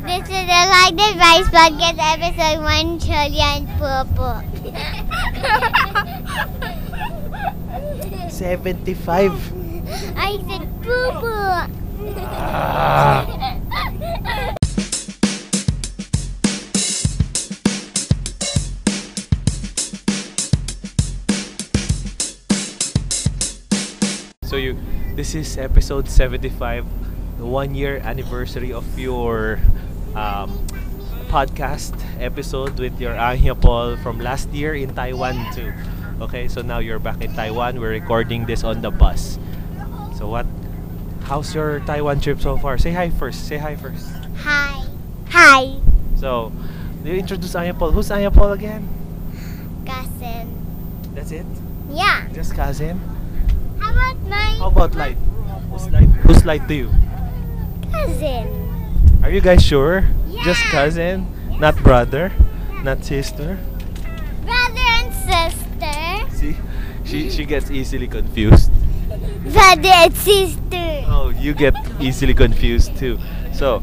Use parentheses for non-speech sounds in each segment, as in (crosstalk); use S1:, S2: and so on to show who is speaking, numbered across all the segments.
S1: Mr. Delighted Rice Podcast, Episode 1, Shirley and Purple.
S2: 75.
S1: I said Purple.
S2: So you, this is episode 75, the one year anniversary of your um, podcast episode with your Anya Paul from last year in Taiwan too. Okay, so now you're back in Taiwan. We're recording this on the bus. So what? How's your Taiwan trip so far? Say hi first. Say hi first.
S1: Hi. Hi.
S2: So, do you introduce Anya Paul? Who's Anya Paul again?
S1: Cousin.
S2: That's it.
S1: Yeah.
S2: Just cousin.
S1: How about my
S2: How about light? Who's light? Who's light to you?
S1: cousin?
S2: Are you guys sure? Just
S1: Yeah.
S2: cousin,
S1: Yeah.
S2: not brother, not sister.
S1: Brother and sister.
S2: See, she she gets easily confused.
S1: Brother and sister.
S2: Oh, you get easily confused too. So,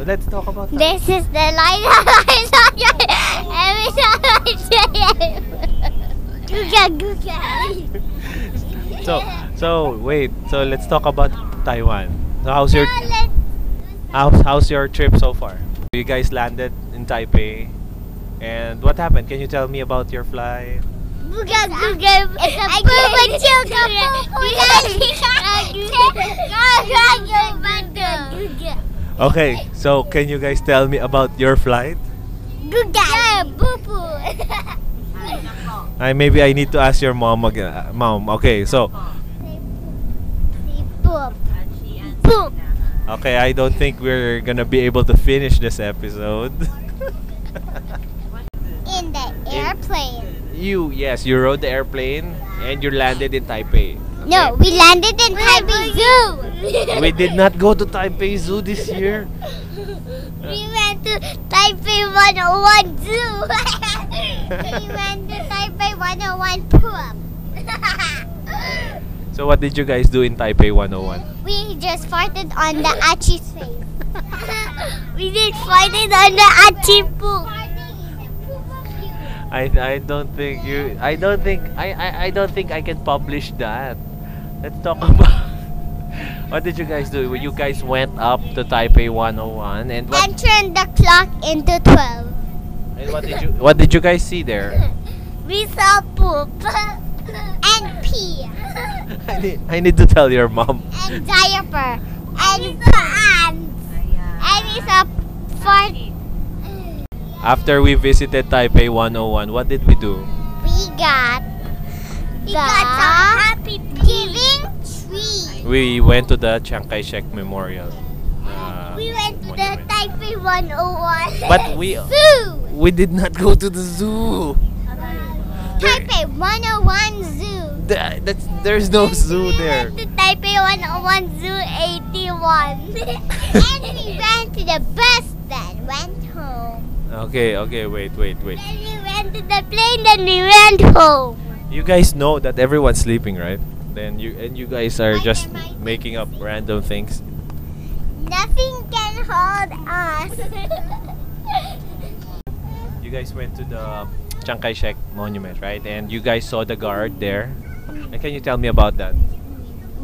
S2: let's talk about that.
S1: This is the light of (laughs) my Every time I say it. Googa, googa.
S2: So, so wait. So let's talk about Taiwan. So how's your
S1: Now let's-
S2: how's, how's your trip so far? You guys landed in Taipei, and what happened? Can you tell me about your flight?
S1: Buga, buga, I give a joke of Buga,
S2: Okay, so can you guys tell me about your flight?
S1: buga, bubu.
S2: I maybe I need to ask your mom again. uh, Mom, okay. So,
S1: Boop. Boop.
S2: okay, I don't think we're gonna be able to finish this episode. (laughs)
S1: In the airplane.
S2: you yes, you rode the airplane and you landed in Taipei.
S1: No, we landed in Taipei Zoo.
S2: We did not go to Taipei Zoo this year.
S1: We went to Taipei 101 Zoo. (laughs) we went to Taipei 101 Poop.
S2: So what did you guys do in Taipei 101?
S1: (laughs) We just farted on the Achi's face. (laughs) we did farted on the Achi poop.
S2: I, I don't think you I don't think I, I, I don't think I can publish that. Let's talk (laughs) about What did you guys do? You guys went up to Taipei 101 and what
S1: And turned the clock into 12.
S2: And what did you What did you guys see there? (laughs)
S1: We saw poop. (laughs) and pee.
S2: I need, I need to tell your mom.
S1: and diaper. And we saw ants. And we saw fart.
S2: After we visited Taipei 101, what did we do?
S1: We got we the got some happy giving tree.
S2: We went to the Chiang Kai-shek Memorial. uh,
S1: Ah, We went to the
S2: monument.
S1: Taipei 101.
S2: But
S1: (laughs)
S2: we-
S1: Zoo.
S2: We did not go to the zoo. There-
S1: Taipei 101 Zoo.
S2: Th- that's, there's no Oh, zoo there.
S1: We went to Taipei 101 Zoo 81. (laughs) and we went to the bus, then went home.
S2: Okay, okay, wait, wait, wait.
S1: Then we went to the plane, then we went home.
S2: You guys know that everyone's sleeping, right? Then you and you guys are
S1: Why
S2: just
S1: am I
S2: making up random things.
S1: Nothing can hold us. (laughs)
S2: You guys went to the Chiang Kai-shek Monument, right? And you guys saw the guard there. And can you tell me about that?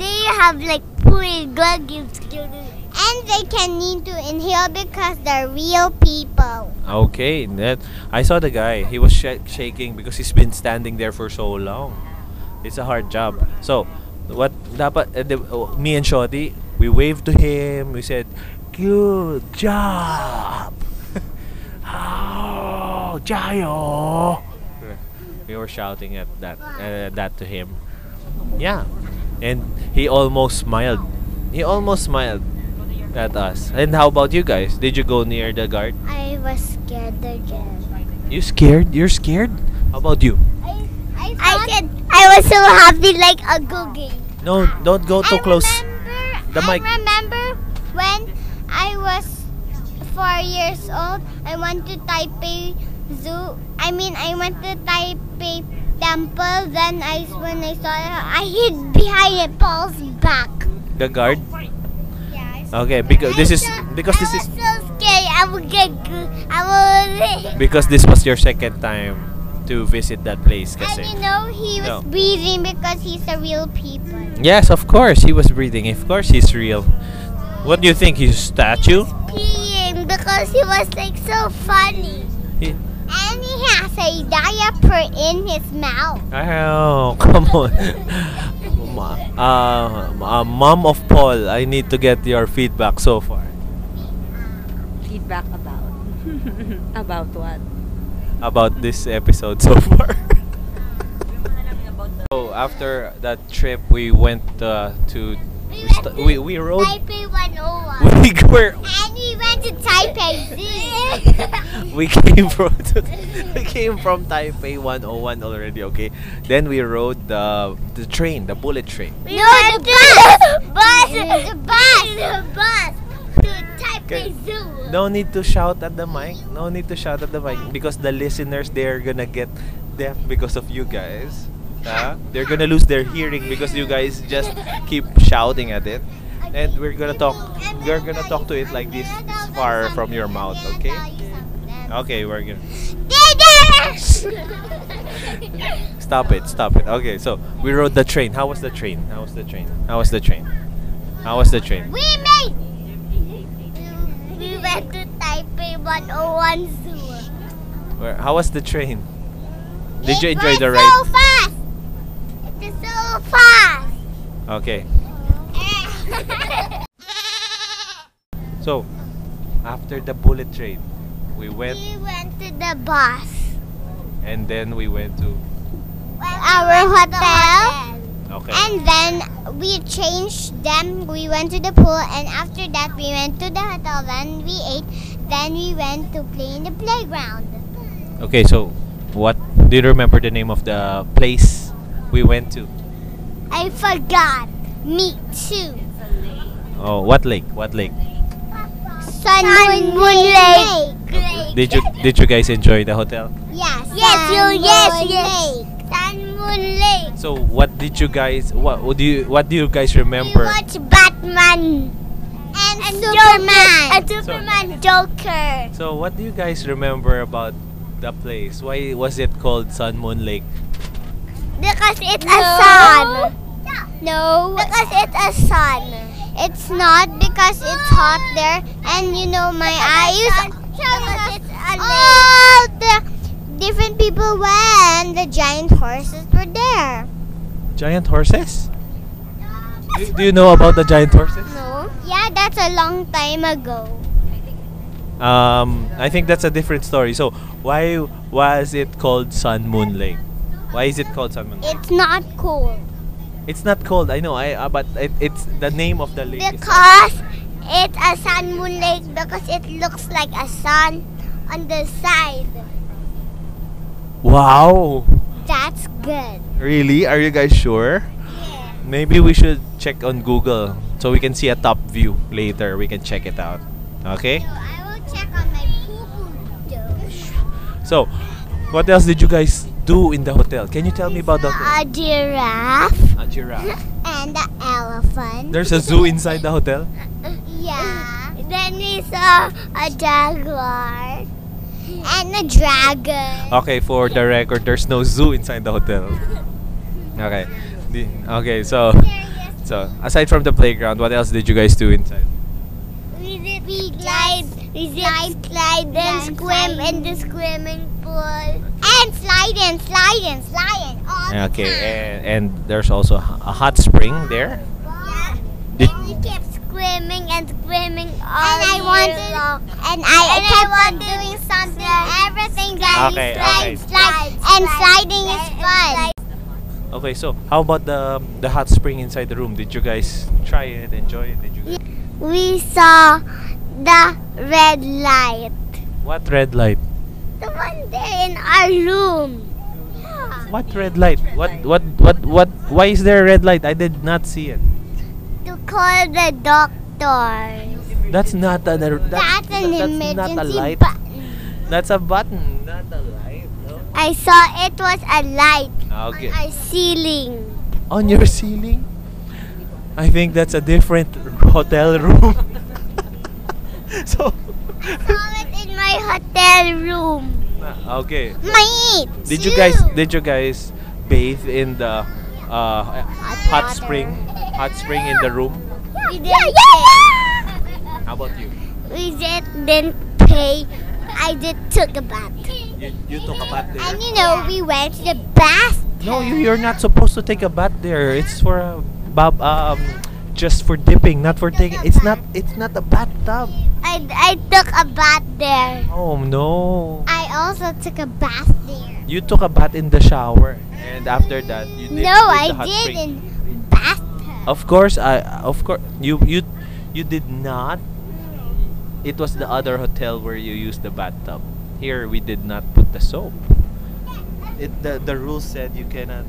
S1: they have like pool glug and they can need to inhale because they're real people.
S2: Okay, that I saw the guy. He was sh- shaking because he's been standing there for so long. It's a hard job. So, what dapat eh, di- oh, me and Shotty, we waved to him. We said, "Good job." (laughs) Oh, jayo. We were shouting at that uh, that to him. Yeah. And he almost smiled. He almost smiled at us. And how about you guys? Did you go near the guard?
S1: I was scared again.
S2: You scared? You're scared? How about you?
S1: I, I, said I was so happy like a googie.
S2: No, don't go too
S1: I
S2: close.
S1: Remember,
S2: The
S1: I
S2: mic.
S1: remember when I was four years old, I went to Taipei Zoo. I mean, I went to Taipei Temple. Then I, when I saw it, I hid behind a Paul's back.
S2: The guard.
S1: Yeah,
S2: Okay, because this is because this is
S1: so scary. I I will get good. I will. (laughs)
S2: Because this was your second time to visit that place kasi.
S1: And you know he was
S2: No.
S1: breathing because he's a real people.
S2: Yes, of course. He was breathing. Of course he's real. What do you think? He's a statue?
S1: Peeing because he was like so funny.
S2: He-
S1: And he has a diaper in his mouth.
S2: Oh, (laughs) come on. Ma- uh, uh, Mom of Paul, I need to get your feedback so far
S3: Feedback about? (laughs) about what?
S2: about this episode (laughs) so far. so after that trip, we went uh, to we, st- we we rode (laughs)
S1: Taipei 101.
S2: we were
S1: and we went to
S2: (laughs)
S1: Taipei Zoo.
S2: we came from (laughs) we came from Taipei 101 already. Okay, then we rode the the train, the bullet train.
S1: no, the bus.
S2: (laughs)
S1: bus. The bus. The bus. To Taipei Zoo.
S2: No need to shout at the mic. No need to shout at the mic because the listeners they're gonna get deaf because of you guys. Huh? They're gonna lose their hearing because you guys just keep shouting at it. And we're gonna talk. You're gonna talk to it like this far from your mouth. Okay. Okay, we're gonna stop it. Stop it. Okay, so we rode the train. How was the train? How was the train? How was the train? How was the train?
S1: (laughs) We made. We went to Taipei 101 Zoo.
S2: Where, how was the train? Did you enjoy
S1: it
S2: the
S1: was
S2: ride?
S1: So fast. It is so
S2: (laughs)
S1: fast.
S2: Okay. So, after the bullet train, we went
S1: we went to the bus.
S2: and then we went to.
S1: Our hotel.
S2: Okay.
S1: And then we changed them. We went to the pool, and after that, we went to the hotel. Then we ate. Then we went to play in the playground.
S2: Okay, so what do you remember the name of the place we went to?
S1: I forgot. Me too.
S2: Oh, what lake? What lake?
S1: Sun, Moon, Lake.
S2: Did you did you guys enjoy the hotel?
S1: Yes. Yes. you yes. Yes. Sun Moon Lake.
S2: So, what did you guys what, what do you what do you guys
S1: We
S2: remember?
S1: watch Batman and, Superman and
S2: Superman
S1: Joker.
S2: So, what do you guys remember about the place? Why was it called Sun Moon Lake?
S1: Because it's a sun. No. Because it's a sun. It's not because it's hot there and you know my eyes. Because it's a All the different people went. The giant horses were there.
S2: Giant horses? Do, do you know about the giant horses?
S1: No. Yeah, that's a long time ago.
S2: Um, I think that's a different story. So, why was it called Sun Moon Lake? Why is it called Sun Moon Lake?
S1: It's not cool.
S2: It's not called. I know. I uh, but it, it's the name of the lake. is-
S1: Because it's a sun moon lake because it looks like a sun on the side.
S2: wow,
S1: That's good.
S2: really? Are you guys sure? Maybe we should check on Google so we can see a top view later. We can check it out. Okay.
S1: I will check on my poo poo
S2: So, what else did you guys do in the hotel? Can you tell me about the hotel?
S1: A giraffe
S2: A giraffe.
S1: and an elephant.
S2: There's a zoo inside the hotel.
S1: yeah. Then we saw a jaguar and a dragon.
S2: Okay, for the record, there's no zoo inside the hotel. Okay. Di- Okay, so so aside from the playground, what else did you guys do inside?
S1: We did we glide, we did slide, slide, then swim in the swimming pool. And slide and slide and slide and all
S2: Okay,
S1: the time.
S2: and, and there's also a hot spring there.
S1: Yeah.
S2: Did-
S1: and we kept swimming and swimming all and I wanted, And I and kept on doing something, everything that we
S2: Okay,
S1: slide,
S2: okay.
S1: slide, and sliding is fun.
S2: Okay, so how about the the hot spring inside the room? Did you guys try it, enjoy it? Did you? Guys?
S1: We saw the red light.
S2: What red light?
S1: The one there in our room. Yeah.
S2: What red light? What what what what? Why is there a red light? I did not see it.
S1: to call the doctor.
S2: That's not a that's,
S1: That's an emergency
S2: That's not a light.
S1: button.
S2: That's a button. Not a light. No.
S1: I saw it was a light
S2: Okay.
S1: on our ceiling.
S2: on your ceiling? I think that's a different hotel room. (laughs) so,
S1: I saw my hotel room.
S2: Ah, (laughs) Okay.
S1: My
S2: Did you guys did you guys bathe in the uh, hot
S1: water.
S2: spring? Hot spring in the room?
S1: We didn't yeah,
S2: How about you?
S1: We just didn't pay. I just took a bath.
S2: You, you took a bath there?
S1: And you know, we went to the bath.
S2: No, you, you're not supposed to take a bath there. It's for a bab um just for dipping, not for taking. It's not it's not a bathtub.
S1: I, I took a bath there.
S2: Oh no.
S1: I also took a bath there.
S2: You took a bath in the shower and after that you did
S1: no,
S2: did
S1: I
S2: the hot spring.
S1: didn't. Bath.
S2: Of course, I of course you you you did not. It was the other hotel where you used the bathtub. Here we did not put the soap. It the the rule said you cannot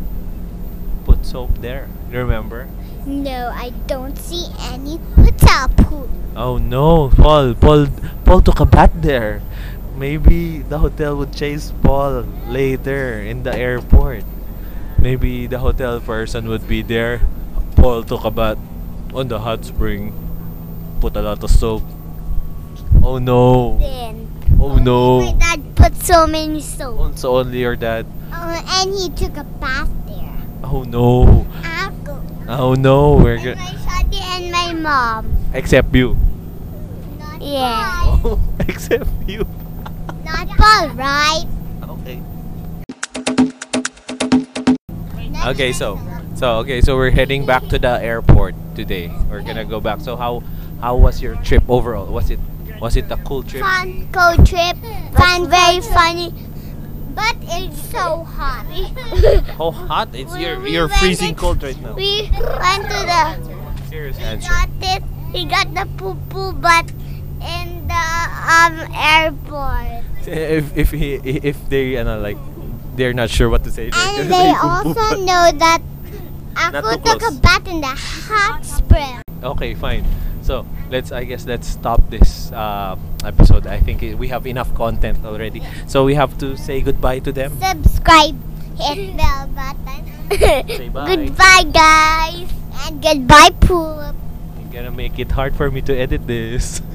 S2: put soap there. Remember?
S1: No, I don't see any hotel pool.
S2: Oh no, Paul! Paul Paul took a bath there. Maybe the hotel would chase Paul later in the airport. Maybe the hotel person would be there. Paul took a bath on the hot spring. Put a lot of soap. Oh no.
S1: Then
S2: Oh
S1: my
S2: no.
S1: dad put so many soap.
S2: Once only your dad.
S1: Oh, and he took a bath there.
S2: Oh no.
S1: Uncle.
S2: Oh no. We're
S1: And
S2: gonna
S1: my shawty and my mom.
S2: except you. (laughs)
S1: Yeah.
S2: Oh, except you.
S1: Not Paul, right?
S2: Okay. Okay, so so okay, so we're heading back to the airport today. We're gonna go back. So how how was your trip overall? Was it was it a cool trip?
S1: Fun cold trip. Fun, very funny. But it's so hot.
S2: How hot? (laughs) It's
S1: We-
S2: you're
S1: we
S2: you're
S1: went
S2: freezing
S1: to-
S2: cold right now.
S1: we went to the
S2: Serious
S1: we
S2: answer.
S1: got it. We got the poo poo butt in the um
S2: (laughs)
S1: airport.
S2: (laughs) If if he if they ano, like they're not sure what to say. they're (laughs)
S1: And they
S2: gonna say boo-boo,
S1: also
S2: but-
S1: know that
S2: Not
S1: Aku
S2: too
S1: took a
S2: close.
S1: bath in the hot spring.
S2: Okay, fine. So let's I guess let's stop this uh, episode. I think we have enough content already. So we have to say goodbye to them.
S1: Subscribe, hit bell button.
S2: bye.
S1: Goodbye, guys, and goodbye, poop.
S2: You're gonna make it hard for me to edit this. (laughs)